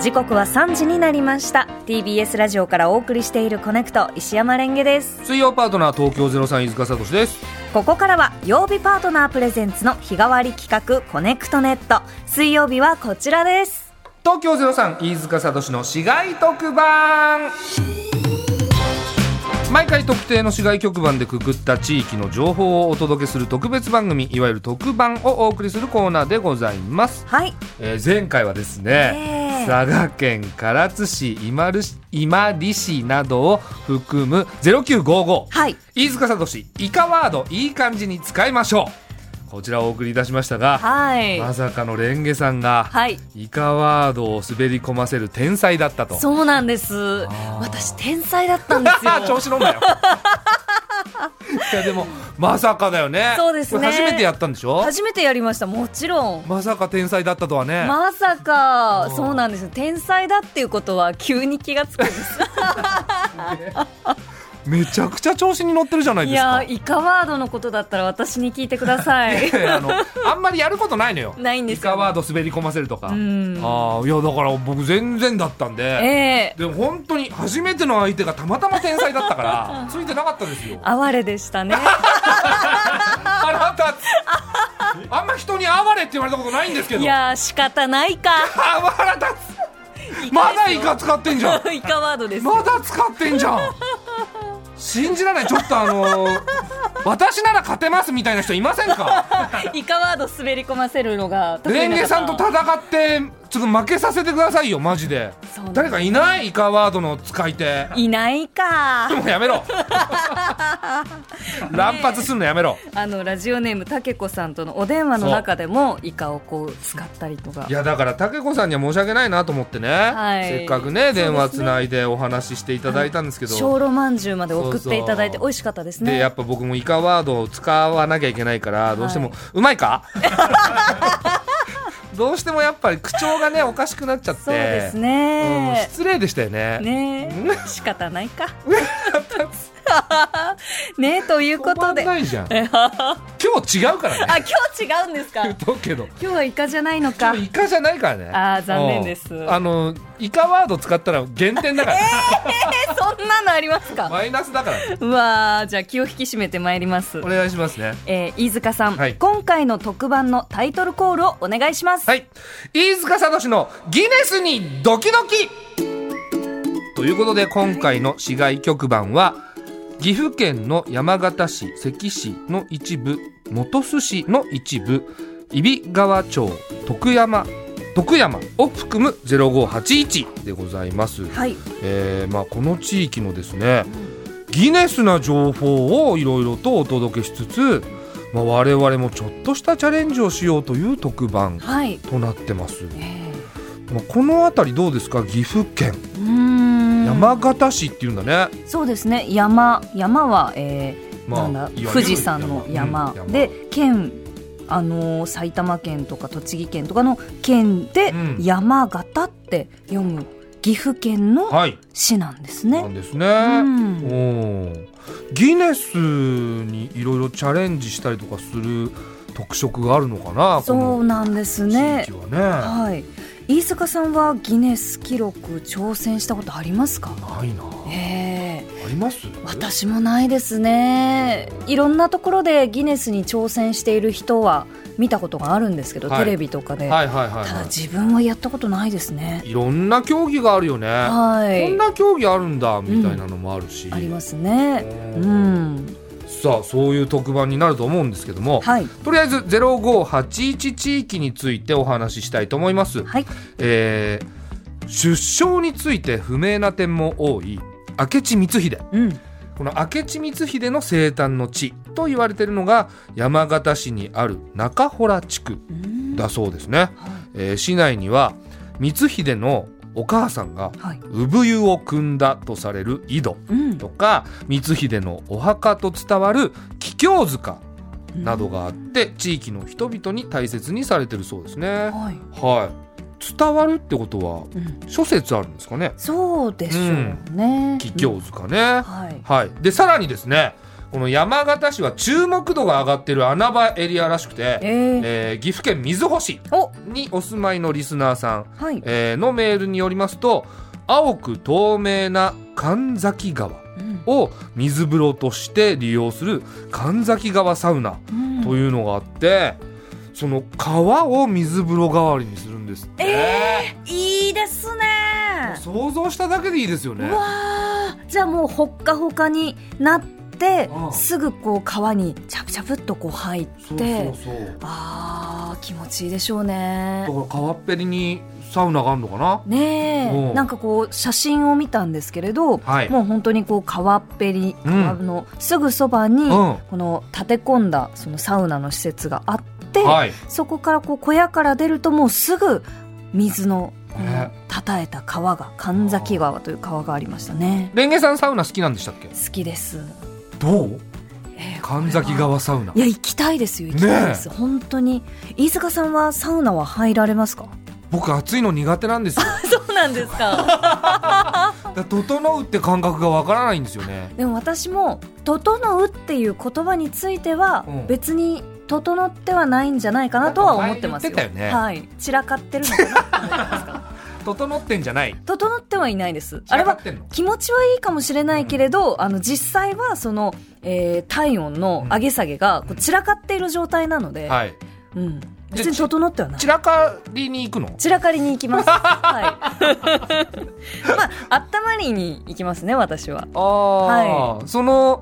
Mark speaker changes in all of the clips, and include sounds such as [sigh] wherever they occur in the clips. Speaker 1: 時刻は3時になりました TBS ラジオからお送りしているコネクト石山レンゲです
Speaker 2: 水曜パートナー東京ゼロ三飯塚聡です。
Speaker 1: ここからは曜日パートナープレゼンツの日替わり企画コネクトネット水曜日はこちらです
Speaker 2: 東京ゼロ三飯塚聡の市街特番。毎回特定の市街局番でくくった地域の情報をお届けする特別番組いわゆる特番をお送りするコーナーでございます、
Speaker 1: はい
Speaker 2: えー前回はですね
Speaker 1: ええ
Speaker 2: 佐賀県唐津市今里市今里市などを含む0955、
Speaker 1: はい
Speaker 2: 飯塚聡イカワードいい感じに使いましょうこちらをお送りいたしましたが、
Speaker 1: はい
Speaker 2: まさかのレンゲさんが、
Speaker 1: はい
Speaker 2: イカワードを滑り込ませる天才だったと
Speaker 1: そうなんです
Speaker 2: ー
Speaker 1: 私天才だったん [laughs] です
Speaker 2: [laughs] 調
Speaker 1: よ
Speaker 2: 子乗んなよいやでもまさかだよね
Speaker 1: そうですね
Speaker 2: これ初めてやったんでしょ
Speaker 1: 初めてやりましたもちろん
Speaker 2: まさか天才だったとはね、
Speaker 1: まさか
Speaker 2: うん
Speaker 1: そうなんですよ天才だっていうことは急に気がつくん [laughs] です
Speaker 2: めちゃくちゃ調子に乗ってるじゃない
Speaker 1: い
Speaker 2: です
Speaker 1: や
Speaker 2: か
Speaker 1: ーイカワードのことだったら私に聞いてくださ [laughs] い
Speaker 2: あのあんまりやることないのよ
Speaker 1: ないんですよ
Speaker 2: イカワード滑り込ませるとか、
Speaker 1: ん
Speaker 2: ああいやだから僕全然だったんで、
Speaker 1: ええ
Speaker 2: でも本当に初めての相手がたまたま天才だったからついてなかったですよ
Speaker 1: 哀れでしたね
Speaker 2: 腹立つあんま人に哀れって言われたことないんですけど
Speaker 1: いやー仕方ないか
Speaker 2: あ腹立つ [laughs] まだイカ使ってんじゃん
Speaker 1: [laughs] イカワードです、
Speaker 2: まだ使ってんじゃん信じられないちょっとあのー私なら勝てますみたいな人いませんか
Speaker 1: イカワード滑り込ませるのが得意な方
Speaker 2: レンゲさんと戦ってちょっと負けさせてくださいよマジで
Speaker 1: そうなんです
Speaker 2: 誰かいないイカワードの使い手
Speaker 1: いないか [laughs]
Speaker 2: もうやめろ乱発するのやめろ
Speaker 1: あのラジオネームたけこさんとのお電話の中で
Speaker 2: [laughs]
Speaker 1: もイカをこう使ったりとか
Speaker 2: いやだから武子さんには申し訳ないなと思ってね、
Speaker 1: はい
Speaker 2: せっかくね電話
Speaker 1: そうです
Speaker 2: つ
Speaker 1: ね
Speaker 2: ないでお話ししていただいたんですけど、
Speaker 1: 小炉まんじゅうまで送っ
Speaker 2: そうそ
Speaker 1: て
Speaker 2: う
Speaker 1: いただいて美味しかったですね
Speaker 2: でやっぱ僕もイカワードを使わなきゃいけないからどうしても、うま
Speaker 1: [laughs]
Speaker 2: いかどうしてもやっぱり口調がねおかしくなっちゃって
Speaker 1: そうです
Speaker 2: うん
Speaker 1: ね、
Speaker 2: 失礼でしたよね
Speaker 1: ねえ仕方ない
Speaker 2: [laughs]
Speaker 1: か [laughs] ねえという
Speaker 2: 止
Speaker 1: こと
Speaker 2: まん
Speaker 1: であ
Speaker 2: ないじゃん [laughs] 今日違うからね
Speaker 1: 今日違うん
Speaker 2: [laughs]
Speaker 1: ですか
Speaker 2: 言っ
Speaker 1: 今
Speaker 2: とくけど
Speaker 1: 日はイカじゃないのか
Speaker 2: 今日イカじゃないからね
Speaker 1: あー残念です
Speaker 2: うんあのイカワード使ったら減点
Speaker 1: [laughs]
Speaker 2: だから、
Speaker 1: えそんなのありますか
Speaker 2: マイナスだから
Speaker 1: うわーじゃあ気を引き締めてまいります
Speaker 2: お願いしますね
Speaker 1: えー、飯塚さん、
Speaker 2: はい
Speaker 1: 今回の特番のタイトルコールをお願いします、
Speaker 2: はい。飯塚聡のギネスにドキドキということで、今回の市街局番は、岐阜県の山形市、関市の一部、本栖市の一部、揖斐川町、徳山、徳山を含む0581でございます。
Speaker 1: はい
Speaker 2: えーまあ、この地域のですね、ギネスな情報をいろいろとお届けしつつ、まあ、我々もちょっとしたチャレンジをしようという特番
Speaker 1: はい
Speaker 2: となってます、
Speaker 1: えー
Speaker 2: まあ、この辺りどうですか岐阜県
Speaker 1: うーん
Speaker 2: 山形市っていうんだね、
Speaker 1: そうですね山山は、えー
Speaker 2: ま
Speaker 1: な
Speaker 2: あ
Speaker 1: ん
Speaker 2: いわゆ
Speaker 1: だ
Speaker 2: る
Speaker 1: 富士山の山,、
Speaker 2: うん山
Speaker 1: で県あのー埼玉県とか栃木県とかの県で
Speaker 2: うん
Speaker 1: 山形って読む岐阜県の
Speaker 2: はい
Speaker 1: 市なんです
Speaker 2: な
Speaker 1: ね。
Speaker 2: んです
Speaker 1: う
Speaker 2: ね、
Speaker 1: ん、
Speaker 2: おーギネスにいろいろチャレンジしたりとかする特色があるのかなこ
Speaker 1: そう
Speaker 2: の
Speaker 1: なんです
Speaker 2: 地
Speaker 1: ね
Speaker 2: 域。はね
Speaker 1: はい。飯塚さんはギネス記録挑戦したことありますか？
Speaker 2: ないな
Speaker 1: ええ
Speaker 2: あります
Speaker 1: 私もないですねいろんなところでギネスに挑戦している人は見たことがあるんですけど、
Speaker 2: はい
Speaker 1: テレビとかで、
Speaker 2: はいはいはい、
Speaker 1: ただ
Speaker 2: は
Speaker 1: 自分はやったことないですね
Speaker 2: い、いろんな競技があるよね、
Speaker 1: は
Speaker 2: こん
Speaker 1: い
Speaker 2: な競技あるんだみたいなのもあるし、
Speaker 1: ありますね
Speaker 2: う
Speaker 1: うんん
Speaker 2: さあそういう特番になると思うんですけども、
Speaker 1: はい
Speaker 2: とりあえず0581地域についてお話ししたいと思います、
Speaker 1: はい
Speaker 2: えー出生について不明な点も多い明智光秀
Speaker 1: うん
Speaker 2: この明智光秀の生誕の地と言われているのが山形市にある中洞地区
Speaker 1: うん
Speaker 2: だそうですね、
Speaker 1: は
Speaker 2: えー市内には光秀のお母さんが
Speaker 1: いはい
Speaker 2: 産湯を汲んだとされる井戸
Speaker 1: うん
Speaker 2: とか光秀のお墓と伝わる桔梗塚などがあって地域の人々に大切にされてるそうですね。
Speaker 1: はい
Speaker 2: はい。伝わるってことは
Speaker 1: うん
Speaker 2: 諸説あるんですかね。
Speaker 1: そうでしょうね
Speaker 2: 桔梗塚ね。
Speaker 1: はい
Speaker 2: はい。でさらにですね、この山形市は注目度が上がってる穴場エリアらしくて、
Speaker 1: えー
Speaker 2: えー岐阜県瑞穂市
Speaker 1: お
Speaker 2: にお住まいのリスナーさん、
Speaker 1: はい
Speaker 2: えーのメールによりますと青く透明な神崎川
Speaker 1: うん
Speaker 2: を水風呂として利用する神崎川サウナ
Speaker 1: うん
Speaker 2: というのがあって、その川を水風呂代わりにするんですって、
Speaker 1: えいいですね
Speaker 2: 想像しただけでいいですよね
Speaker 1: うわーじゃあもうほっかほかになって
Speaker 2: うん
Speaker 1: すぐこう川にチャプチャプっとこう入って
Speaker 2: そうそうそう
Speaker 1: あー気持ちいいでしょうね
Speaker 2: だから川っぺりにサウナがあるのかな
Speaker 1: ね
Speaker 2: う
Speaker 1: え
Speaker 2: ん
Speaker 1: なんかこう写真を見たんですけれど、
Speaker 2: はい
Speaker 1: もう本当にこう川っぺり川のすぐそばに、
Speaker 2: うん
Speaker 1: この立て込んだそのサウナの施設があって、
Speaker 2: はい
Speaker 1: そこからこう小屋から出るともうすぐ水のこの
Speaker 2: ね
Speaker 1: たたえた川が神崎川という川がありましたね
Speaker 2: レンゲさんサウナ好きなんでしたっけ
Speaker 1: 好きです、
Speaker 2: どう
Speaker 1: えー
Speaker 2: 神崎川サウナ
Speaker 1: いや行きたいですよ行きたいです、本当に飯塚さんはサウナは入られます
Speaker 2: [laughs]
Speaker 1: か
Speaker 2: 僕暑いの苦手なんですよ
Speaker 1: そうなんですか
Speaker 2: だから整うって感覚がわからないんですよね
Speaker 1: [laughs] でも私も「整う」っていう言葉については
Speaker 2: うん
Speaker 1: 別に整ってはないんじゃないかなとは思ってますよ
Speaker 2: なんか前言ってたよね
Speaker 1: はい、散らかってるのかな [laughs] って思いますか
Speaker 2: 整ってんじゃない
Speaker 1: 整ってはいないですあ
Speaker 2: 散
Speaker 1: れ
Speaker 2: らか
Speaker 1: は
Speaker 2: ってんの
Speaker 1: 気持ちはいいかもしれないけれど、あの実際はその、えー体温の上げ下げがこう散らかっている状態なので、
Speaker 2: はい
Speaker 1: うん、別に整ってはない
Speaker 2: 散らかりに行くの
Speaker 1: 散らかりに行きますはい [laughs] まあ温まりに行きますね私は
Speaker 2: ああ、その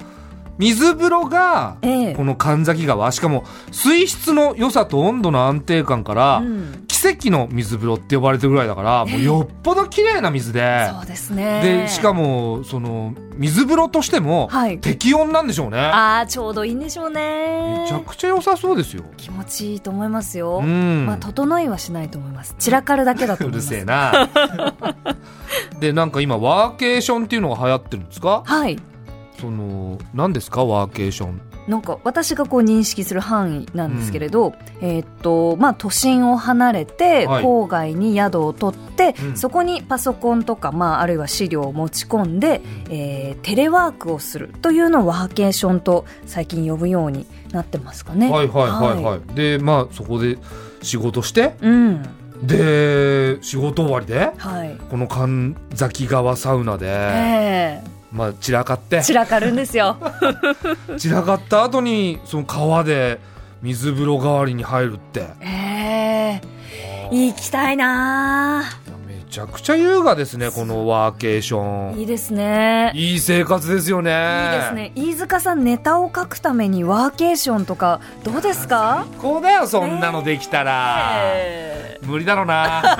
Speaker 2: 水風呂が
Speaker 1: ええ
Speaker 2: この神崎川しかも水質の良さと温度の安定感から、
Speaker 1: うん、
Speaker 2: 奇跡の水風呂って呼ばれてるぐらいだからもうよっぽど綺麗な水で
Speaker 1: そうですね
Speaker 2: でしかもその水風呂としても
Speaker 1: はい
Speaker 2: 適温なんでしょうね
Speaker 1: ああちょうどいいんでしょうね
Speaker 2: めちゃくちゃ良さそうですよ
Speaker 1: 気持ちいいと思いますよ、
Speaker 2: うん
Speaker 1: まあ整いはしないと思います散らかるだけだと
Speaker 2: [laughs] う
Speaker 1: 思い
Speaker 2: る
Speaker 1: ます
Speaker 2: せえなでなんか今ワーケーションっていうのが流行ってるんですか
Speaker 1: はい
Speaker 2: その何ですかワーケーション
Speaker 1: なんか私がこう認識する範囲なんですけれど、えーっとまあ、都心を離れて
Speaker 2: はい
Speaker 1: 郊外に宿を取って、
Speaker 2: うん
Speaker 1: そこにパソコンとか、まあ、あるいは資料を持ち込んで、えーテレワークをするというのをワーケーションと最近呼ぶようになってますかね。
Speaker 2: はいはいはいはい、
Speaker 1: は
Speaker 2: でまあそこで仕事して
Speaker 1: うん
Speaker 2: で仕事終わりで
Speaker 1: はい
Speaker 2: この神崎川サウナで、
Speaker 1: え
Speaker 2: まあ散らかって
Speaker 1: え散らかるんです
Speaker 2: [laughs]
Speaker 1: よ。
Speaker 2: 散らかった後にその川で水風呂代わりに入るっていや
Speaker 1: ええ行きたいな
Speaker 2: めちゃくちゃ優雅ですねこのワーケーシ
Speaker 1: あ
Speaker 2: ョ
Speaker 1: い
Speaker 2: ン
Speaker 1: いですね。
Speaker 2: いい生活ですよね
Speaker 1: いいですね飯塚さんネタを書くためにワーケーションとかどうですか
Speaker 2: こうだよそんなのできたら、
Speaker 1: え
Speaker 2: 無理だろうな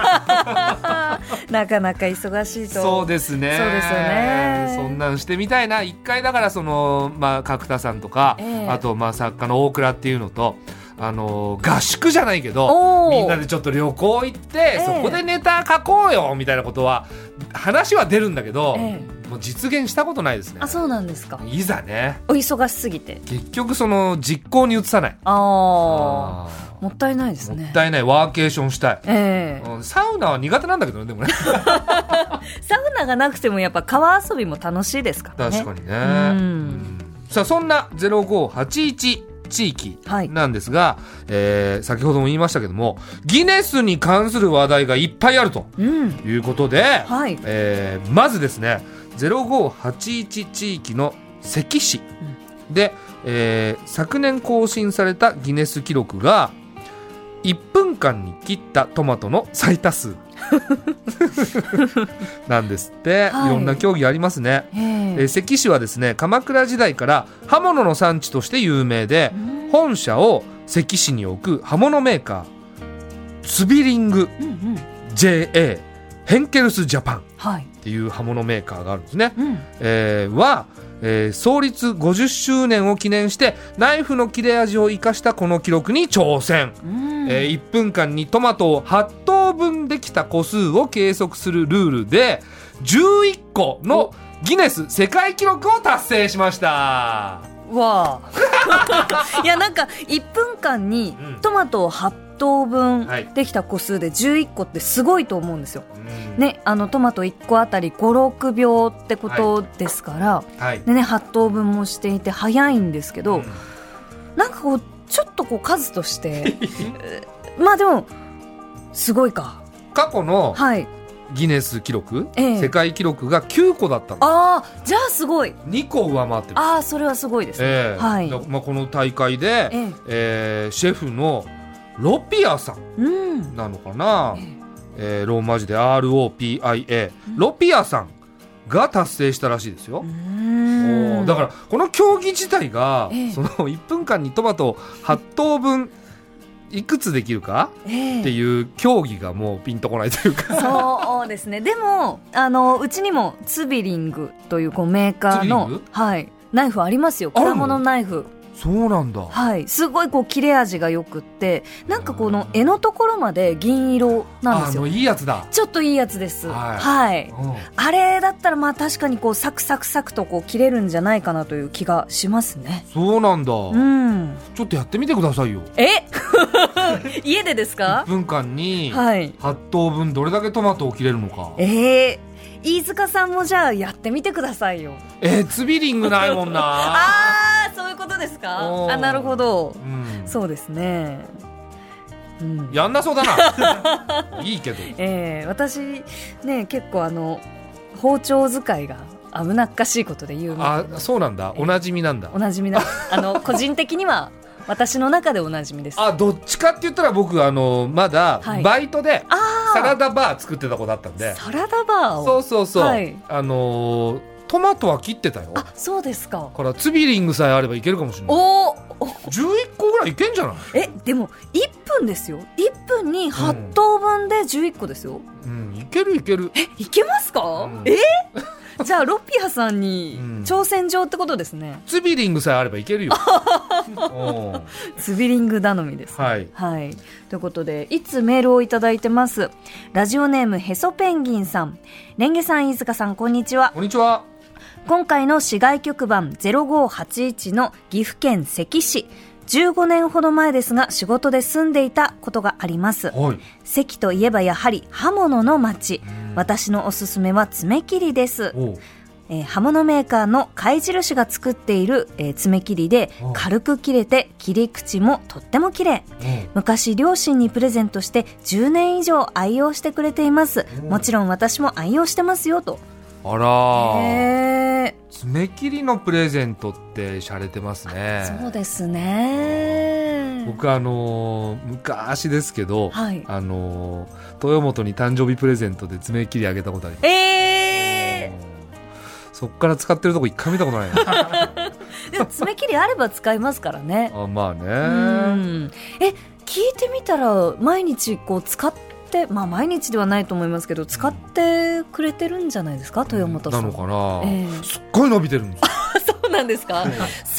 Speaker 1: ーなかなか忙しいと
Speaker 2: そうですね
Speaker 1: そうですよね
Speaker 2: そんなんしてみたいな一回だからそのまあ角田さんとか、
Speaker 1: ええ
Speaker 2: あとまあ作家の大倉っていうのとあの合宿じゃないけ
Speaker 1: お
Speaker 2: ど
Speaker 1: ー
Speaker 2: みんなでちょっと旅行行って、
Speaker 1: ええ
Speaker 2: そこでネタ書こうよみたいなことは話は出るんだけど、
Speaker 1: え
Speaker 2: もう実現したことないですね
Speaker 1: あそうなんですか
Speaker 2: いざね
Speaker 1: お忙しすぎて
Speaker 2: 結局その実行に移さない
Speaker 1: ああもったいないで
Speaker 2: ー
Speaker 1: す
Speaker 2: も
Speaker 1: ね
Speaker 2: ったいないワーケーションしたい、
Speaker 1: ええ
Speaker 2: うんサウナは苦手なんだけどねでも
Speaker 1: [laughs]
Speaker 2: ね
Speaker 1: サウナがなくてもやっぱ川遊びも楽しいですからね
Speaker 2: 確かにね
Speaker 1: うん
Speaker 2: さあそんな0581地域
Speaker 1: はい
Speaker 2: なんですが、えー先ほども言いましたけどもギネスに関する話題がいっぱいあると
Speaker 1: うん
Speaker 2: いうことで、
Speaker 1: はい
Speaker 2: えーまずですね0581地域の関市で、えー昨年更新されたギネス記録が1分間に切ったトマトの最多
Speaker 1: [laughs]
Speaker 2: 数なんですって、
Speaker 1: はい
Speaker 2: いろんな競技ありますね。
Speaker 1: ええ
Speaker 2: えー関市はですね鎌倉時代から刃物の産地として有名で
Speaker 1: うん
Speaker 2: 本社を関市に置く刃物メーカーツビリング
Speaker 1: うんうん
Speaker 2: JA ヘンケルスジャパンっ
Speaker 1: はい
Speaker 2: ていう刃物メーカーがあるんですね、
Speaker 1: うん
Speaker 2: えーは、えー創立50周年を記念してナイフの切れ味を生かしたこの記録に挑戦、
Speaker 1: うん
Speaker 2: え1分間にトマトを8等分できた個数を計測するルールで11個のギネス世界記録を達成しました
Speaker 1: わあいやなんか1分間にトマトを8等分
Speaker 2: はい
Speaker 1: できた個数で11個ってすごいと思うんですよ。
Speaker 2: うん
Speaker 1: ね、あのトマト1個あたり56秒ってことですから、
Speaker 2: はい
Speaker 1: でね、8等分もしていて早いんですけど、
Speaker 2: うん
Speaker 1: なんかこうちょっとこう数として [laughs] まあでもすごいか
Speaker 2: 過去の
Speaker 1: はい
Speaker 2: ギネス記録、
Speaker 1: ええ
Speaker 2: 世界記録が9個だったの
Speaker 1: ああじゃあすごい
Speaker 2: 2個上回ってる
Speaker 1: ああそれはすごいですね、
Speaker 2: ええ
Speaker 1: はい
Speaker 2: だまあ、この大会で、
Speaker 1: ええ
Speaker 2: ええシェフのロピアさん
Speaker 1: うん
Speaker 2: なのかな
Speaker 1: え、
Speaker 2: ええローマ字で ROPIA、ロピアさんが達成したらしいです
Speaker 1: う、
Speaker 2: よお
Speaker 1: ー
Speaker 2: ー
Speaker 1: ん
Speaker 2: だからこの競技自体が、
Speaker 1: ええ
Speaker 2: その1分 [laughs] 間にトマト8等分いくつできるか
Speaker 1: ええ
Speaker 2: っていう競技がもうピンとこないというか
Speaker 1: [laughs] そうですねでもあのうちにもツビリングというこうメーカー
Speaker 2: ツビリ
Speaker 1: の
Speaker 2: ング
Speaker 1: はいナイフありますよ
Speaker 2: あるの
Speaker 1: 果物ナイフ
Speaker 2: そうなんだ
Speaker 1: はいすごいこう切れ味がよくってなんかこの柄のところまで銀色なんで
Speaker 2: あ
Speaker 1: す
Speaker 2: の
Speaker 1: よ
Speaker 2: いいやつだ、
Speaker 1: ちょっといいやつです
Speaker 2: はい
Speaker 1: はい
Speaker 2: うん
Speaker 1: あれだったらまあ確かにこうサクサクサクとこう切れるんじゃないかなという気がしますね。
Speaker 2: そうなんだ、
Speaker 1: うん。
Speaker 2: ちょっとやってみてくださいよ [laughs]
Speaker 1: え家でです
Speaker 2: 1
Speaker 1: か
Speaker 2: 分間に
Speaker 1: はい。
Speaker 2: 8等分どれだけトマトを切れるのか
Speaker 1: ええ飯塚さんもじゃあやってみてくださいよ。
Speaker 2: えー、ツビリングないもん
Speaker 1: [laughs]
Speaker 2: な
Speaker 1: ああ、そういうことですか
Speaker 2: おー
Speaker 1: あ、なるほど
Speaker 2: う。ん
Speaker 1: そうですね。うん。
Speaker 2: やんなそうだ
Speaker 1: [laughs]
Speaker 2: ないいけど
Speaker 1: ええ私ね、結構あの、包丁使いが危なっかしいことで有名
Speaker 2: あそうなんだおなじみなんだ
Speaker 1: おなじ
Speaker 2: [laughs]
Speaker 1: みな、あの、個人的には私の中でおなじみです。
Speaker 2: あどっちかって言ったら僕あのまだ
Speaker 1: はい
Speaker 2: バイトで
Speaker 1: あ
Speaker 2: サラダバー作ってた子だったんで、
Speaker 1: サラダバーを
Speaker 2: そうそうそう、
Speaker 1: はい
Speaker 2: あのートマトは切ってたよだ
Speaker 1: あそうですか
Speaker 2: からツビリングさえあればいけるかもしれない
Speaker 1: おーお
Speaker 2: 11個ぐらいいけんじゃない、
Speaker 1: えでも1分ですよ1分に8等分で11個ですよ、
Speaker 2: うん、いけるいける
Speaker 1: えいけますか、
Speaker 2: うん
Speaker 1: えじゃあロピアさんに
Speaker 2: うん
Speaker 1: 挑戦状ってことですね、
Speaker 2: ツビリングさえあればい
Speaker 1: [laughs]
Speaker 2: けるようん
Speaker 1: ツビリング頼みです、
Speaker 2: はい
Speaker 1: はい。ということで、いつメールをいただいてます。ラジオネーム、へそペンギンさん。レンゲさん、飯塚さん、こんにちは。
Speaker 2: こんにちは
Speaker 1: 今回の市外局番0581の岐阜県関市。15年ほど前ですが仕事で住んでいたことがあります。
Speaker 2: はい
Speaker 1: 関といえばやはり刃物の町
Speaker 2: うん。
Speaker 1: 私のおすすめは爪切りです。
Speaker 2: おう
Speaker 1: えー刃物メーカーの貝印が作っている、えー爪切りで
Speaker 2: お
Speaker 1: 軽く切れて切り口もとっても綺麗。昔両親にプレゼントして10年以上愛用してくれています。
Speaker 2: お
Speaker 1: もちろん私も愛用してますよと。
Speaker 2: あらー
Speaker 1: へー。
Speaker 2: 爪切りのプレゼントって洒落てます
Speaker 1: そう
Speaker 2: ね
Speaker 1: ですね。
Speaker 2: 僕あのー昔ですけど、
Speaker 1: はい
Speaker 2: あのー豊本に誕生日プレゼントで爪切りあげたことあります
Speaker 1: え
Speaker 2: そっから使ってるとこ一回見たことない
Speaker 1: [laughs]
Speaker 2: な
Speaker 1: ー、でも爪切りあれば使いますからね。
Speaker 2: あまあね
Speaker 1: うん。え、聞いてみたら毎日こう使って、まあ毎日ではないと思いますけど、使ってくれてるんじゃないですか、豊本さ。
Speaker 2: なんのかな、
Speaker 1: ええ
Speaker 2: すっごい伸びてるんですよ
Speaker 1: [laughs] そうなんですか。そ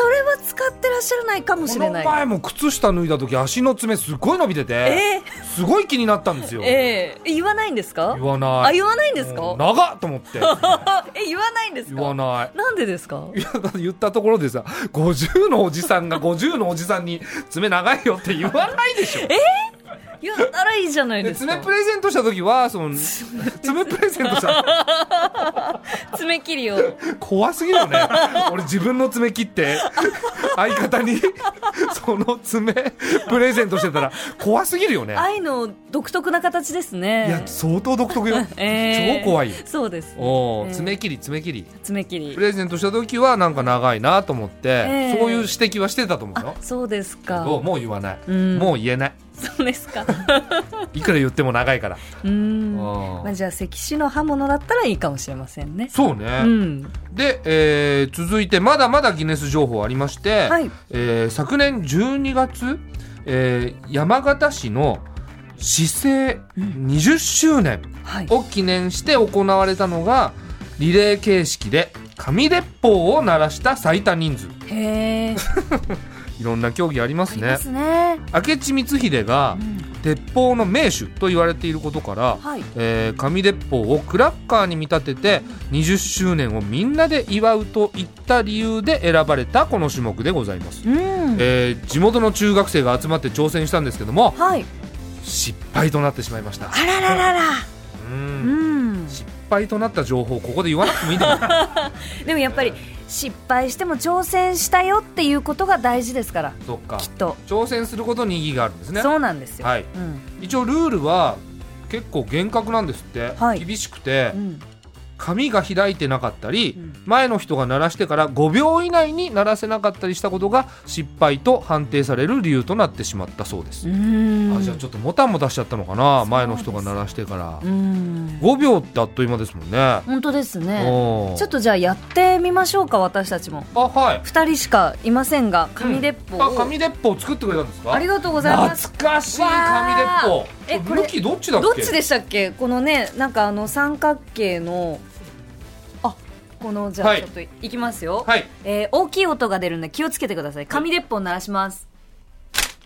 Speaker 1: れは使ってらっしゃらないかもしれ
Speaker 2: この
Speaker 1: ない。
Speaker 2: 前も靴下脱いだ時足の爪すっごい伸びてて、
Speaker 1: え
Speaker 2: すごい気になったんですよ、
Speaker 1: ー、えー、言わないんですか
Speaker 2: 言。わない
Speaker 1: あ、言わないんです
Speaker 2: うん
Speaker 1: か。
Speaker 2: 長っと思って
Speaker 1: [laughs] え、言わないんです
Speaker 2: 言わ
Speaker 1: か。
Speaker 2: ない
Speaker 1: なんでですか。
Speaker 2: いやだって言ったところでさ50のおじさんが50のおじさんに爪長いよって言わないでしょ
Speaker 1: 言ったらいいじゃない
Speaker 2: で
Speaker 1: です
Speaker 2: 爪
Speaker 1: か
Speaker 2: プ。レゼントした時はその爪プレゼントさ
Speaker 1: 爪切りを。
Speaker 2: 怖すぎる
Speaker 1: [laughs]
Speaker 2: よね俺自分の爪切って相方にその爪プレゼントしてたら怖すぎるよね
Speaker 1: 愛の独特な形です
Speaker 2: いや
Speaker 1: ね。
Speaker 2: 相当独特よ、
Speaker 1: [laughs] えー
Speaker 2: 超怖いよ
Speaker 1: そうです。
Speaker 2: おー
Speaker 1: えー
Speaker 2: 爪切り爪切り
Speaker 1: 爪切り
Speaker 2: プ。レゼントした時はなんか長いなと思って、
Speaker 1: えー
Speaker 2: そういう指摘はしてたと思うよ
Speaker 1: あ、そうです
Speaker 2: け
Speaker 1: か。
Speaker 2: どもう言わない、
Speaker 1: うん
Speaker 2: もう言
Speaker 1: [laughs]
Speaker 2: えない
Speaker 1: そうです
Speaker 2: [laughs]
Speaker 1: か。
Speaker 2: いくら言っても長いから、
Speaker 1: うん。
Speaker 2: あー
Speaker 1: まあ、じゃあ、関市の刃物だったらいいかもしれませんね。
Speaker 2: そう
Speaker 1: う
Speaker 2: ね、
Speaker 1: ん。
Speaker 2: で、えー続いてまだまだギネス情報ありまして、
Speaker 1: はい。
Speaker 2: えー昨年12月、えー山形市の市政20周年
Speaker 1: はい。
Speaker 2: を記念して行われたのがリレー形式で紙鉄砲を鳴らした最多人数
Speaker 1: へえ。
Speaker 2: いろんな競技ありま
Speaker 1: あ
Speaker 2: す
Speaker 1: り
Speaker 2: ね
Speaker 1: ますね。
Speaker 2: 明智光秀が
Speaker 1: うん。
Speaker 2: 鉄砲の名手と言われていることから、
Speaker 1: はい。
Speaker 2: えー紙鉄砲をクラッカーに見立てて20周年をみんなで祝うといった理由で選ばれたこの種目でございます、
Speaker 1: うん。
Speaker 2: えー地元の中学生が集まって挑戦したんですけども
Speaker 1: はい。
Speaker 2: 失敗となってしまいました
Speaker 1: あらららら
Speaker 2: う
Speaker 1: うんん
Speaker 2: 失敗となった情報ここで言わなくてもいいと思う
Speaker 1: でもやっぱり失敗しても挑戦したよっていうことが大事ですから
Speaker 2: [laughs] そっか
Speaker 1: きっと、
Speaker 2: 挑戦することに意義があるんですね
Speaker 1: そうなんですよ、
Speaker 2: はい
Speaker 1: うん
Speaker 2: 一応ルールは結構厳格なんですって、
Speaker 1: はい
Speaker 2: 厳しくて
Speaker 1: うん
Speaker 2: 紙が開いてなかったり、
Speaker 1: うん
Speaker 2: 前の人が鳴らしてから5秒以内に鳴らせなかったりしたことが失敗と判定される理由となってしまったそうです、
Speaker 1: うん
Speaker 2: あじゃあちょっともたもたしちゃったのか
Speaker 1: そう
Speaker 2: な、
Speaker 1: です
Speaker 2: 前の人が鳴らしてから、
Speaker 1: うん
Speaker 2: 5秒ってあっという間ですもんね、
Speaker 1: 本当ですね
Speaker 2: お
Speaker 1: ちょっとじゃあやってみましょうか私たちも
Speaker 2: とあはい
Speaker 1: 2人しかいませんが紙鉄砲
Speaker 2: あ
Speaker 1: を、
Speaker 2: 紙鉄砲作ってくれたんですか
Speaker 1: ありがとうございます
Speaker 2: 懐かしい紙鉄
Speaker 1: わ
Speaker 2: 砲
Speaker 1: ーえこれ
Speaker 2: 向きどっちだっ
Speaker 1: どっ
Speaker 2: け
Speaker 1: ちでしたっけこのねなんかあの三角形のあこのじゃ
Speaker 2: は
Speaker 1: あ
Speaker 2: い
Speaker 1: ちょっといきますよ、
Speaker 2: はい
Speaker 1: えー大きい音が出るんで気をつけてください紙鉄砲鳴らします、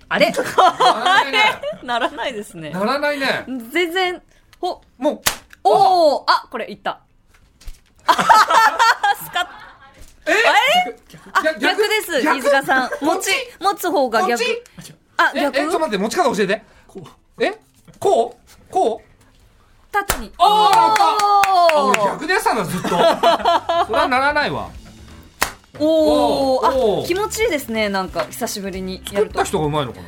Speaker 1: あれ
Speaker 2: ならないね [laughs]
Speaker 1: ならないですね
Speaker 2: ならないね
Speaker 1: 全然ほ
Speaker 2: もう
Speaker 1: おおあこれいったあはははスカッ
Speaker 2: え
Speaker 1: あ逆です飯塚さん持ち持つ方が
Speaker 2: こっ
Speaker 1: 逆
Speaker 2: ち
Speaker 1: あ
Speaker 2: ええちょっと
Speaker 1: 逆
Speaker 2: 待って持ち方教えてえこうこう
Speaker 1: 縦に
Speaker 2: おーやったあ
Speaker 1: お
Speaker 2: 俺
Speaker 1: ー
Speaker 2: 逆でやってたんだずっ
Speaker 1: [laughs]
Speaker 2: とそれはならないわ
Speaker 1: おー
Speaker 2: おー
Speaker 1: あ気持ちいいですねなんか久しぶりにやる
Speaker 2: 作っ
Speaker 1: と
Speaker 2: た人がうまいのかな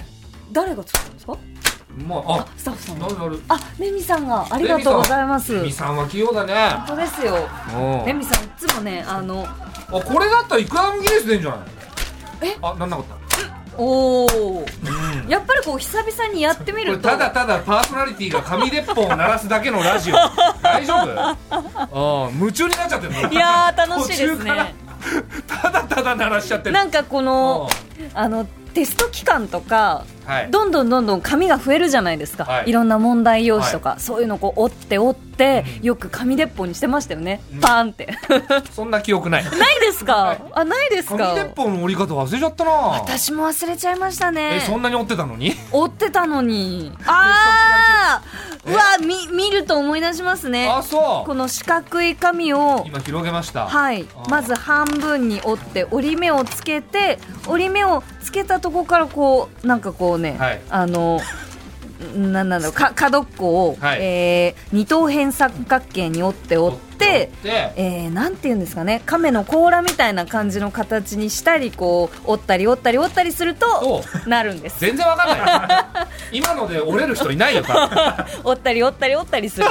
Speaker 1: 誰が作ったんですか
Speaker 2: うまいあ
Speaker 1: スタッフさん
Speaker 2: な
Speaker 1: が
Speaker 2: るなる
Speaker 1: あメミさんがありがとうございます
Speaker 2: レミ
Speaker 1: 本
Speaker 2: さんは器用だね
Speaker 1: 当ですよ
Speaker 2: うん
Speaker 1: メミさんいつもねあの
Speaker 2: あこれだったらいくらでもギネス出んじゃない
Speaker 1: え
Speaker 2: あなんなかった
Speaker 1: おお
Speaker 2: うん
Speaker 1: やっぱりこう久々にやってみ
Speaker 2: これ
Speaker 1: ると
Speaker 2: ただただパーソナリティが紙鉄砲を鳴らすだけの
Speaker 1: [laughs]
Speaker 2: ラジオ大丈夫あー夢中になっちゃってる
Speaker 1: いやー楽しいです
Speaker 2: 途中から
Speaker 1: ね
Speaker 2: ただただ鳴らしちゃってる
Speaker 1: なんかこの
Speaker 2: う
Speaker 1: あのテスト期間とか
Speaker 2: んはい
Speaker 1: どんどんどんどん紙が増えるじゃないですか、
Speaker 2: はい
Speaker 1: い、ろんな問題用紙とか、そういうのこう折って折って、よく紙鉄砲にしてましたよね、
Speaker 2: うん
Speaker 1: パーンって [laughs]
Speaker 2: そんな記憶ない
Speaker 1: ないですか、
Speaker 2: はい
Speaker 1: あないです
Speaker 2: 紙
Speaker 1: か
Speaker 2: 鉄砲の折り方忘れちゃったな
Speaker 1: 私も忘れちゃいましたね
Speaker 2: えそんなに折ってたのに
Speaker 1: 折ってたのにああうわみ見ると思い出しますね
Speaker 2: あそ
Speaker 1: こ
Speaker 2: う
Speaker 1: の四角い紙を
Speaker 2: 今広げました
Speaker 1: はい
Speaker 2: あー
Speaker 1: まず半分に折って折り目をつけて折り目をつけたとこからこうなんかこうね、
Speaker 2: はい
Speaker 1: あのなんなんだろうか角っこを、
Speaker 2: はい
Speaker 1: えー二等辺三角形に折って折って
Speaker 2: で
Speaker 1: えー、なんて言うんですかね亀の甲羅みたいな感じの形にしたりこう折ったり折ったり折ったりするとなるんです
Speaker 2: 全然わかんない今ので折れる人いないよ
Speaker 1: [laughs]
Speaker 2: 多分
Speaker 1: 折ったり折ったり折ったりす
Speaker 2: [laughs]
Speaker 1: る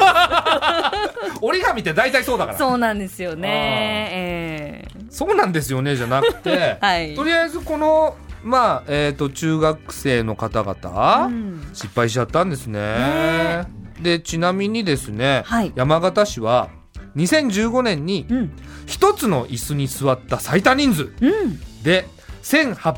Speaker 2: 折り紙って大体そうだから
Speaker 1: そうなんですよね、え、
Speaker 2: そうなんですよねじゃなく
Speaker 1: [laughs]
Speaker 2: て
Speaker 1: はい
Speaker 2: とりあえずこのまあえっ、と中学生の方
Speaker 1: ー
Speaker 2: 々、
Speaker 1: うん
Speaker 2: 失敗しちゃったんですね。
Speaker 1: ね
Speaker 2: でちなみにですね、
Speaker 1: はい
Speaker 2: 山形市は2015年に
Speaker 1: うん
Speaker 2: 一つの椅子に座った最多人数
Speaker 1: うん
Speaker 2: で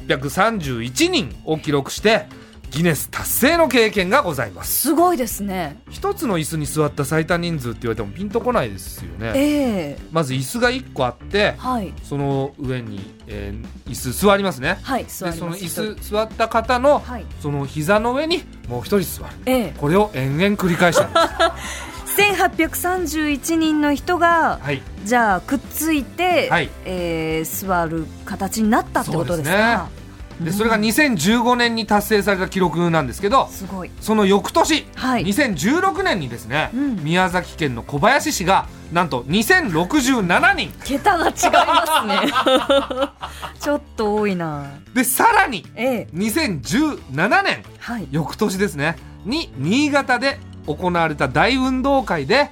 Speaker 2: 1831人を記録してギネス達成の経験がございます。
Speaker 1: すごいですね
Speaker 2: 一つの椅子に座った最多人数って言われてもピンとこないですよね。
Speaker 1: ええ
Speaker 2: まず椅子が1個あって
Speaker 1: はい
Speaker 2: その上に、えー椅子座りますね。
Speaker 1: はい座
Speaker 2: で
Speaker 1: り
Speaker 2: その
Speaker 1: ます
Speaker 2: 椅子座った方の、
Speaker 1: はい
Speaker 2: その膝の上にもう一人座る
Speaker 1: ええ
Speaker 2: これを延々繰り返した
Speaker 1: [laughs]
Speaker 2: んです、
Speaker 1: 1831人の人が
Speaker 2: はい、
Speaker 1: じゃあくっついて、
Speaker 2: はい
Speaker 1: えー座る形になったってことですか
Speaker 2: でそれが2015年に達成された記録なんですけど
Speaker 1: すごい
Speaker 2: その翌年、
Speaker 1: はい
Speaker 2: 2016年にですね、
Speaker 1: うん
Speaker 2: 宮崎県の小林市がなんと2067人
Speaker 1: 桁が違い
Speaker 2: [laughs]
Speaker 1: ますねちょっと多いな
Speaker 2: でさらに
Speaker 1: ええ
Speaker 2: 2017年
Speaker 1: はい
Speaker 2: 翌年ですねに新潟で行われた大運動会で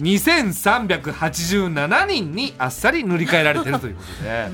Speaker 2: 2387人にあっさり塗り替えられてるということで
Speaker 1: [laughs] うー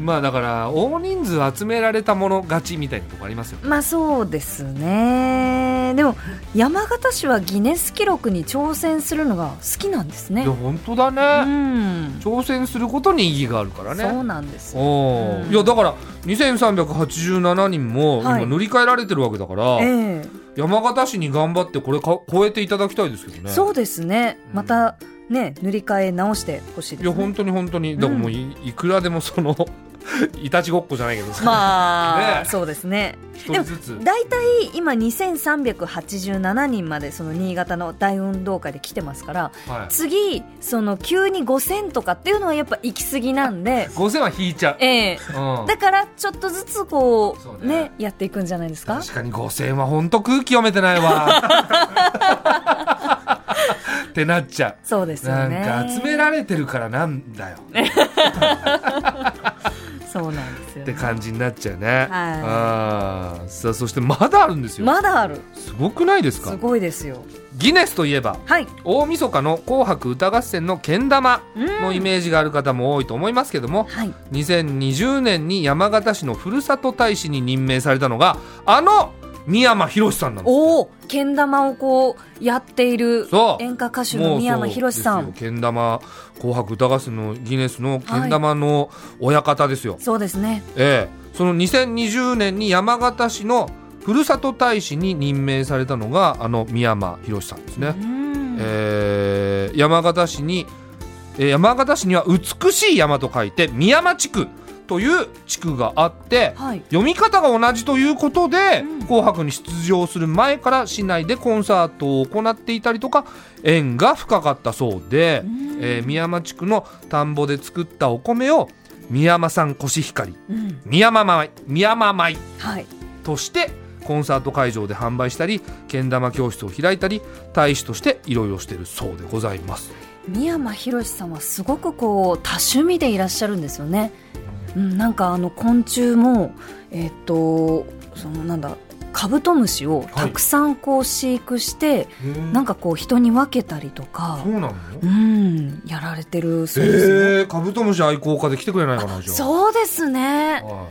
Speaker 1: ん
Speaker 2: まあだから大人数集められたもの勝ちみたいなとこありますよね
Speaker 1: まあそうですねでも山形市はギネス記録に挑戦するのが好きなんですね
Speaker 2: いや本当だ
Speaker 1: う
Speaker 2: ね、
Speaker 1: ん
Speaker 2: 挑戦することに意義があるから
Speaker 1: そう
Speaker 2: ね
Speaker 1: なんですよ
Speaker 2: おー
Speaker 1: うん
Speaker 2: いやだから2387人も
Speaker 1: は
Speaker 2: 今
Speaker 1: い
Speaker 2: 塗り替えられてるわけだから、
Speaker 1: ええ
Speaker 2: 山形市に頑張ってこれか超えていただきたいですけどね
Speaker 1: そうですねまたね塗り替え直してほしい
Speaker 2: い
Speaker 1: で
Speaker 2: や
Speaker 1: す、ね、
Speaker 2: 本当に本当に、だからもういいくらでもその [laughs] いたちごっこじゃないけどさ、
Speaker 1: まあ、
Speaker 2: ね
Speaker 1: そうですね
Speaker 2: 一
Speaker 1: で
Speaker 2: 人
Speaker 1: も
Speaker 2: ずつ
Speaker 1: 大体今2387人までその新潟の大運動会で来てますから
Speaker 2: はい
Speaker 1: 次その急に5000とかっていうのはやっぱ行き過ぎなんで
Speaker 2: 5000は引いちゃう、
Speaker 1: ええ
Speaker 2: うん、
Speaker 1: だからちょっとずつこ
Speaker 2: そう
Speaker 1: う
Speaker 2: ね
Speaker 1: ねやっていくんじゃないですか
Speaker 2: 確かに5000は本当空気読めてないわ [laughs] ってなっちゃ
Speaker 1: そうです
Speaker 2: う
Speaker 1: よ
Speaker 2: な
Speaker 1: ね
Speaker 2: んか集められてるからなんだよ
Speaker 1: そうなんですよ
Speaker 2: って
Speaker 1: ね
Speaker 2: 感じになっちゃうね、
Speaker 1: はい
Speaker 2: あーさあそしてまだあるんですよ、
Speaker 1: まだある
Speaker 2: すごくないですか
Speaker 1: すごいですよ
Speaker 2: ギネスといえば
Speaker 1: はい
Speaker 2: 大晦日の「紅白歌合戦」のけん玉
Speaker 1: うん
Speaker 2: のイメージがある方も多いと思いますけども
Speaker 1: はい
Speaker 2: 2020年に山形市のふるさと大使に任命されたのがあの三山ひろしさんなんです
Speaker 1: おおけん玉をこうやっている
Speaker 2: そう
Speaker 1: 演歌歌手
Speaker 2: もう
Speaker 1: の
Speaker 2: そう
Speaker 1: 三山ひろしさ
Speaker 2: で
Speaker 1: ん
Speaker 2: すよけん玉紅白歌合戦のギネスのけん玉の親方ですよ、
Speaker 1: そうですね
Speaker 2: ええその2020年に山形市のふるさと大使に任命されたのがあの三山ひろしさんですね、
Speaker 1: うん
Speaker 2: えー山形市に、えー山形市には美しい山と書いて三山地区という地区があって
Speaker 1: はい
Speaker 2: 読み方が同じということで
Speaker 1: うん
Speaker 2: 「紅白」に出場する前から市内でコンサートを行っていたりとか縁が深かったそうで
Speaker 1: うん、
Speaker 2: えー三山地区の田んぼで作ったお米を三山産コシヒカリ
Speaker 1: うん
Speaker 2: 三山米三山米
Speaker 1: はい
Speaker 2: としてコンサート会場で販売したりけん玉教室を開いたり大使としていろいろしてるそうでございます
Speaker 1: 三山ひろしさんはすごくこう多趣味でいらっしゃるんですよね。うん、なんかあの昆虫もえっとそのなんだカブトムシをたくさんこう飼育して、なんかこう人に分けたりとか
Speaker 2: そ、うなの
Speaker 1: うんやられてるそうですよ。
Speaker 2: えー、カブトムシ愛好家で来てくれないかなじゃあ
Speaker 1: そうですね。
Speaker 2: は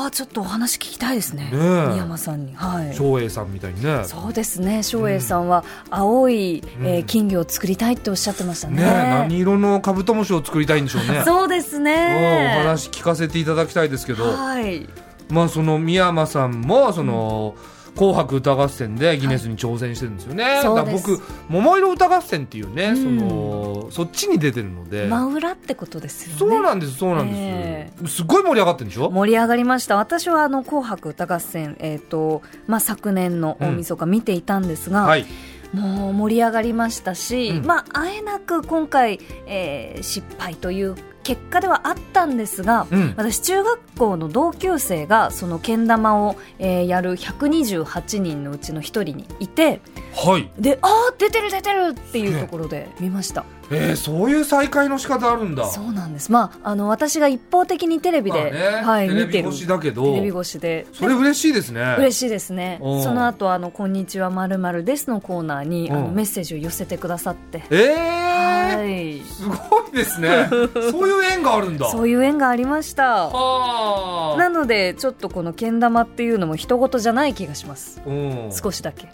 Speaker 1: はあ、ちょっとお話聞きたいですね。
Speaker 2: ねえ
Speaker 1: 三山さんに、はいい。
Speaker 2: 照英さんみたいにね
Speaker 1: そうですね。照英さんは青い、え
Speaker 2: う
Speaker 1: ー
Speaker 2: ん
Speaker 1: 金魚を作りたいっておっしゃってましたね。
Speaker 2: ねえ何色のカブトムシを作りたいんでしょうね
Speaker 1: そうです
Speaker 2: うんお
Speaker 1: ね。
Speaker 2: 話聞かせていただきたいですけど
Speaker 1: はい。
Speaker 2: まあその三山さんもその、紅白歌合戦でギネスに挑戦してるんですよね、
Speaker 1: いそう
Speaker 2: だから
Speaker 1: です
Speaker 2: 僕「桃色歌合戦」っていうね、
Speaker 1: うん
Speaker 2: そのそっちに出てるので
Speaker 1: 真裏ってことですよね。
Speaker 2: そうなんです、そうなんです。
Speaker 1: え
Speaker 2: すごい盛り上がってるんでしょ
Speaker 1: 盛り上がりました私はあの「紅白歌合戦」えーとまあ、昨年の大晦日見ていたんですが、
Speaker 2: はい。
Speaker 1: もう盛り上がりましたし、
Speaker 2: うん
Speaker 1: まあ、あえなく今回、えー失敗という結果ではあったんですが、
Speaker 2: うん。
Speaker 1: 私中学校の同級生がそのけん玉を、えーやる128人のうちの一人にいて
Speaker 2: はい。
Speaker 1: であー出てる出てるっていうところで見ました。
Speaker 2: えー、そういう再会の仕方あるんだ。
Speaker 1: そうなんです、まあ、あの私が一方的にテレビ
Speaker 2: まあ
Speaker 1: で、
Speaker 2: ね
Speaker 1: はい、
Speaker 2: テレ
Speaker 1: 見
Speaker 2: ビ
Speaker 1: てる
Speaker 2: 越しだけど
Speaker 1: テレ、ビ越しで
Speaker 2: それ嬉しいですね。
Speaker 1: 嬉しいですね
Speaker 2: おう
Speaker 1: その後あのこんにちはまるまるです」のコーナーにあ
Speaker 2: う
Speaker 1: の
Speaker 2: ん
Speaker 1: メッセージを寄せてくださって、
Speaker 2: えー、
Speaker 1: はい
Speaker 2: すごいで
Speaker 1: [laughs]
Speaker 2: すね。そういう縁があるんだ。
Speaker 1: そういう縁がありました
Speaker 2: はあ。
Speaker 1: なのでちょっとこのけん玉っていうのも人事じゃない気がします
Speaker 2: うん。
Speaker 1: 少しだけ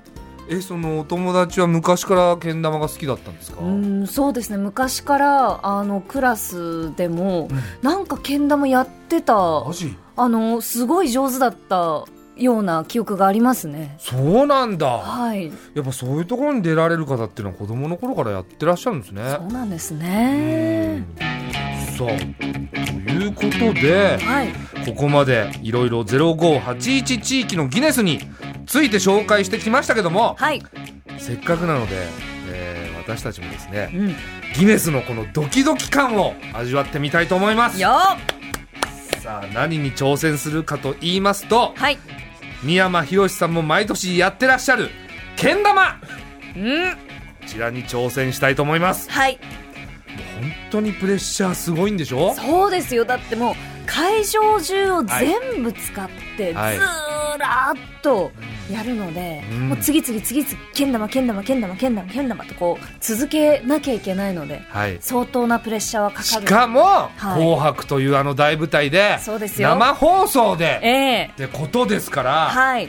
Speaker 2: え、そのお友達は昔からけん玉が好きだったんですか。
Speaker 1: う。んそうですね昔からあのクラスでもなんかけん玉やってた
Speaker 2: マジ。
Speaker 1: あのすごい上手だったような記憶がありますね
Speaker 2: そうなんだ。
Speaker 1: はい
Speaker 2: やっぱそういうところに出られる方っていうのは子供の頃からやってらっしゃるんですね。
Speaker 1: そうなんです
Speaker 2: さあ
Speaker 1: ね
Speaker 2: ということで
Speaker 1: はい
Speaker 2: ここまでいろいろ0581地域のギネスについて紹介してきましたけども
Speaker 1: はい、
Speaker 2: せっかくなので、えー私たちもですね
Speaker 1: うん、
Speaker 2: ギネスのこのドキドキ感を味わってみたいと思います
Speaker 1: よっ
Speaker 2: さあ何に挑戦するかと言いますと
Speaker 1: はい。
Speaker 2: 三山ひろしさんも毎年やってらっしゃるけん玉こ
Speaker 1: うん。
Speaker 2: ちらに挑戦したいと思います
Speaker 1: はい。
Speaker 2: 本当にプレッシャーすごいんでしょ
Speaker 1: そうですよ。だってもう、会場中を全部使って、ず
Speaker 2: はい
Speaker 1: ーらーっとやるので、
Speaker 2: うん
Speaker 1: もう次々次々、けん玉、けん玉、けん玉、けん玉、けん玉とこう、続けなきゃいけないので、
Speaker 2: はい
Speaker 1: 相当なプレッシャーはかか
Speaker 2: し
Speaker 1: る。
Speaker 2: かも、
Speaker 1: い
Speaker 2: 紅白というあの大舞台で
Speaker 1: そうですよ。
Speaker 2: 生放送で
Speaker 1: ええ
Speaker 2: ってことですから
Speaker 1: はい。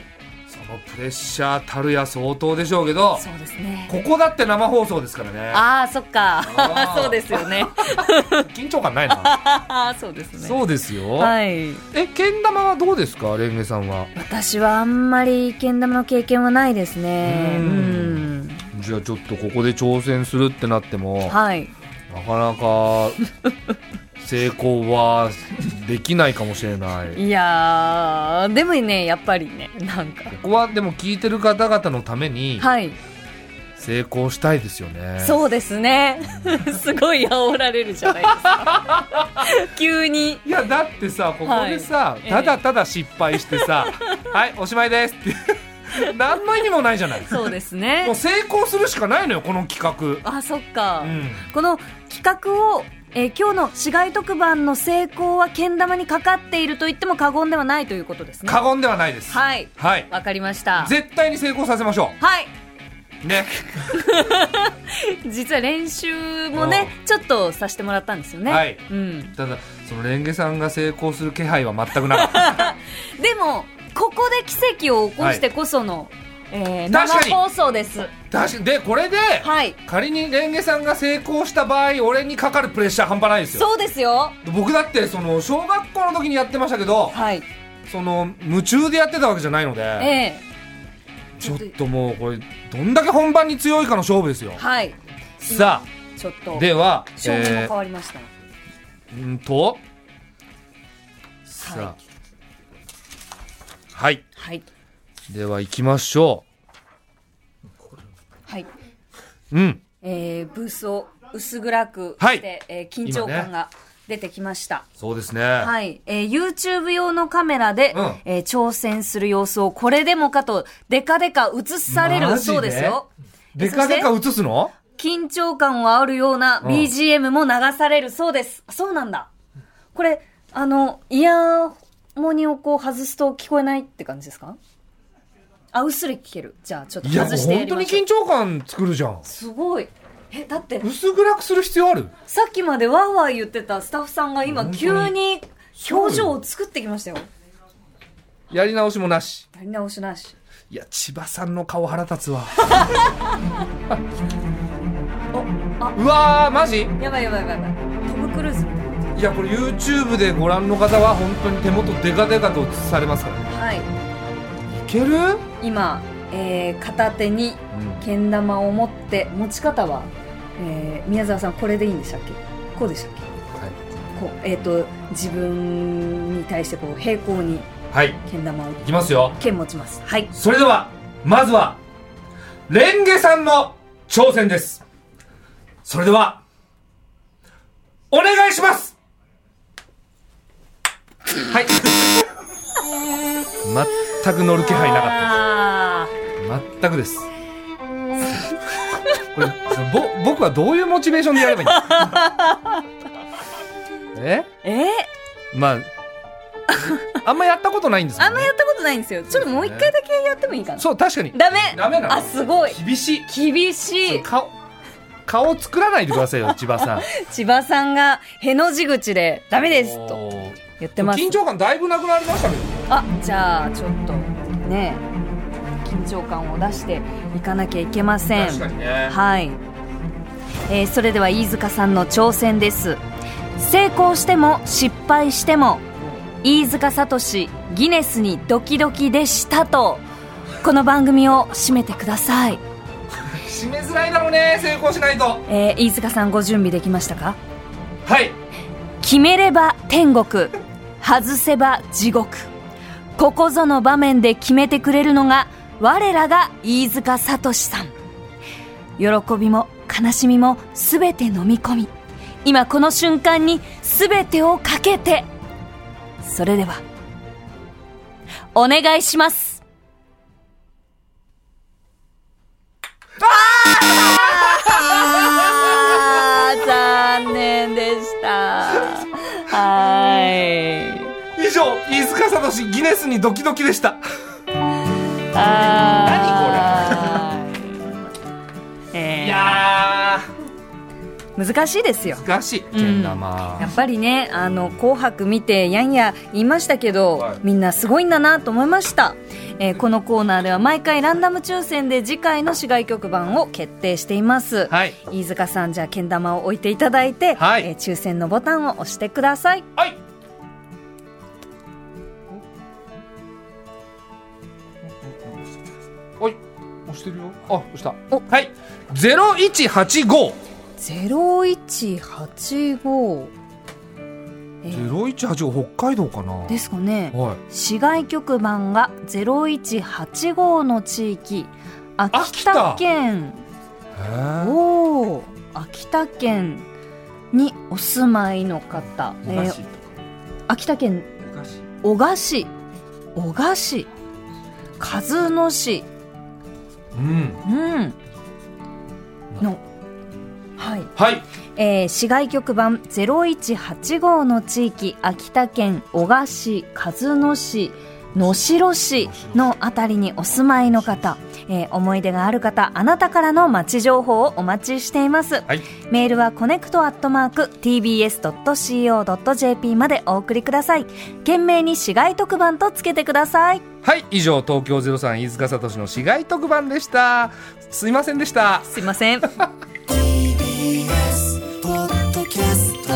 Speaker 2: そのプレッシャーたるや相当でしょうけど
Speaker 1: そうですね。
Speaker 2: ここだって生放送ですからね
Speaker 1: ああ、そっか
Speaker 2: あ。ー
Speaker 1: そうですよね。
Speaker 2: 緊張感ないな
Speaker 1: そうですね。
Speaker 2: そうですよ、
Speaker 1: はい。
Speaker 2: えけん玉はどうですかレンゲさんは
Speaker 1: 私はあんまりけん玉の経験はないですね。
Speaker 2: う
Speaker 1: うんん。
Speaker 2: ねじゃあちょっとここで挑戦するってなっても、
Speaker 1: はい
Speaker 2: なか
Speaker 1: [laughs]
Speaker 2: なか成功はできないかもしれない。
Speaker 1: いやーでもねやっぱりねなんか
Speaker 2: ここはでも聞いてる方々のために
Speaker 1: はい
Speaker 2: 成功したいですよね。
Speaker 1: そうですね [laughs] すごい煽られるじゃないですか
Speaker 2: [laughs]
Speaker 1: 急に
Speaker 2: いやだってさここでさ、
Speaker 1: はい
Speaker 2: ただただ失敗して
Speaker 1: [laughs]
Speaker 2: さ「はいおしまいです」って [laughs] 何の意味もないじゃない
Speaker 1: そうです
Speaker 2: も
Speaker 1: ね
Speaker 2: う成功するしかないのよこの企
Speaker 1: あそっか、
Speaker 2: 画、うん、
Speaker 1: この企画を、えー今日の市街特番の成功はけん玉にかかっていると言っても過言ではないということですね
Speaker 2: 過言ではないです
Speaker 1: はい
Speaker 2: はい
Speaker 1: わかりました
Speaker 2: 絶対に成功させましょ
Speaker 1: はいう
Speaker 2: ね
Speaker 1: 実は練習もねちょっとさせてもらったんですよね、
Speaker 2: はい
Speaker 1: うん、
Speaker 2: ただそのレンゲさんが成功する気配は全くなかった
Speaker 1: [laughs] でもここで奇跡を起こしてこその、えー
Speaker 2: 確かに
Speaker 1: 生放送です
Speaker 2: 確かにでこれで
Speaker 1: はい
Speaker 2: 仮にレンゲさんが成功した場合俺にかかるプレッシャー半端ないですよ
Speaker 1: そうですよ
Speaker 2: 僕だってその小学校の時にやってましたけど
Speaker 1: はい
Speaker 2: その夢中でやってたわけじゃないので
Speaker 1: ええ
Speaker 2: ちょっともうこれどんだけ本番に強いかの勝負ですよ
Speaker 1: はい
Speaker 2: さ
Speaker 1: ちょっ
Speaker 2: あ
Speaker 1: と
Speaker 2: では
Speaker 1: 照明も
Speaker 2: え
Speaker 1: 変わりました、
Speaker 2: ーうんとさあはい
Speaker 1: はい
Speaker 2: では行きましょ
Speaker 1: はい、
Speaker 2: ううん
Speaker 1: えー、ブースを薄暗くして、
Speaker 2: はい
Speaker 1: えー緊張感が出てきました、
Speaker 2: そうですね
Speaker 1: はい、えー、YouTube 用のカメラで、
Speaker 2: うん
Speaker 1: えー挑戦する様子をこれでもかとデカデカ映される
Speaker 2: マジで
Speaker 1: そうですよ
Speaker 2: でかでか映すの
Speaker 1: 緊張感を煽るような BGM も流されるそうです。あそうなんだ。これ、あの、イヤモニをこう外すと聞こえないって感じですかあ、うっすら聞ける。じゃあ、ちょっと
Speaker 2: いやも
Speaker 1: 外
Speaker 2: う
Speaker 1: してや
Speaker 2: 本
Speaker 1: り
Speaker 2: 当
Speaker 1: ま
Speaker 2: に
Speaker 1: しょう
Speaker 2: 緊。張感作るじゃん
Speaker 1: すごい。え、だって、
Speaker 2: 薄暗くする必要ある
Speaker 1: さっきまでワーワー言ってたスタッフさんが今
Speaker 2: 本当に
Speaker 1: 急に表情を作ってきましたよ。
Speaker 2: やり直しもなし
Speaker 1: やり直しなし。
Speaker 2: いや千葉さんの顔腹立
Speaker 1: [laughs]
Speaker 2: つわあうわーマジ
Speaker 1: やばいやばいやばいやばい。トム・クルーズみたい
Speaker 2: いやこれ YouTube でご覧の方は本当に手元デカデカと映されますからね
Speaker 1: な。はい。
Speaker 2: いける、
Speaker 1: 今、えー片手にけん玉を持って持ち方は、えー宮沢さんこれでいいんでしたっけこうでしたっけこうえっ、と自分に対してこう平行に
Speaker 2: はい、はい、
Speaker 1: けん玉を
Speaker 2: いきますよ
Speaker 1: 剣持ちますはい
Speaker 2: それではまずはレンゲさんの挑戦ですそれではお願いしますはい全く乗る気配なかった
Speaker 1: あ
Speaker 2: 全くです。これ、そのぼ、僕はどういうモチベーションでやればいいんですかえ
Speaker 1: ーえー、
Speaker 2: まあ、あんまやったことないんですも
Speaker 1: あ
Speaker 2: ん
Speaker 1: ん
Speaker 2: ね
Speaker 1: まやったことないんですよちょっともう一回だけやってもいいかな
Speaker 2: そう、確かに。
Speaker 1: ダメ
Speaker 2: ダメなの
Speaker 1: あすごい
Speaker 2: 厳しい。
Speaker 1: 厳しい
Speaker 2: 顔、顔作らないでくださいよ、千葉さん。
Speaker 1: 千葉さんがへの字口でダメですと
Speaker 2: おー
Speaker 1: 言ってます
Speaker 2: 緊張感だいぶなくなりましたけど。
Speaker 1: あじゃあちょっとね緊張感を出していかなきゃいけません
Speaker 2: 確かにね。
Speaker 1: はい、えーそれでは飯塚さんの挑戦です成功しても失敗しても飯塚聡ギネスにドキドキでしたとこの番組を締めてください、
Speaker 2: 締めづらいだろうね、成功しないと。
Speaker 1: えー飯塚さんご準備できましたか
Speaker 2: はい。
Speaker 1: 決めれば天国外せば地獄ここぞの場面で決めてくれるのが我らが飯塚聡さん喜びも悲しみも全て飲み込み今この瞬間に全てをかけてそれではお願いしますあー残念でした [laughs] はい
Speaker 2: 以上、飯塚聡ギネスにドキドキでした。
Speaker 1: あ何これ、 [laughs] えー
Speaker 2: いやー。
Speaker 1: 難しいですよ
Speaker 2: 難しいけん玉、
Speaker 1: やっぱりね「あの紅白」見てやんや言いましたけど、
Speaker 2: はい
Speaker 1: みんなすごいんだなと思いました、えーこのコーナーでは毎回ランダム抽選で次回の市外局番を決定しています、
Speaker 2: はい
Speaker 1: 飯塚さんじゃあけん玉を置いていただいて、
Speaker 2: はい
Speaker 1: えー抽選のボタンを押してください
Speaker 2: はいはい押してるよあ押した
Speaker 1: お
Speaker 2: はい0185
Speaker 1: ゼロ一八五。えー
Speaker 2: 0185北海道かな
Speaker 1: ですかね。
Speaker 2: はい
Speaker 1: 市外局番がゼロ一八五の地域。秋田県。
Speaker 2: へー
Speaker 1: おお。秋田県。にお住まいの方。
Speaker 2: お菓
Speaker 1: え
Speaker 2: 子
Speaker 1: ー
Speaker 2: とか
Speaker 1: 秋田県
Speaker 2: お
Speaker 1: 男鹿
Speaker 2: 菓子
Speaker 1: 市。男鹿市。鹿角市。
Speaker 2: うん
Speaker 1: うん。の。はい。
Speaker 2: はい
Speaker 1: えー市外局番0185の地域秋田県男鹿市鹿角市能代市のあたりにお住まいの方、えー思い出がある方あなたからの街情報をお待ちしています、
Speaker 2: はい
Speaker 1: メールはコネクトアットマーク tbs.co.jp までお送りください懸命に市外特番とつけてください
Speaker 2: はい以上東京03飯塚聡の市街特番でしたすいませんでした
Speaker 1: すいません
Speaker 3: TBS ポッドキャスト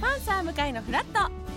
Speaker 4: パンサー向井のフラット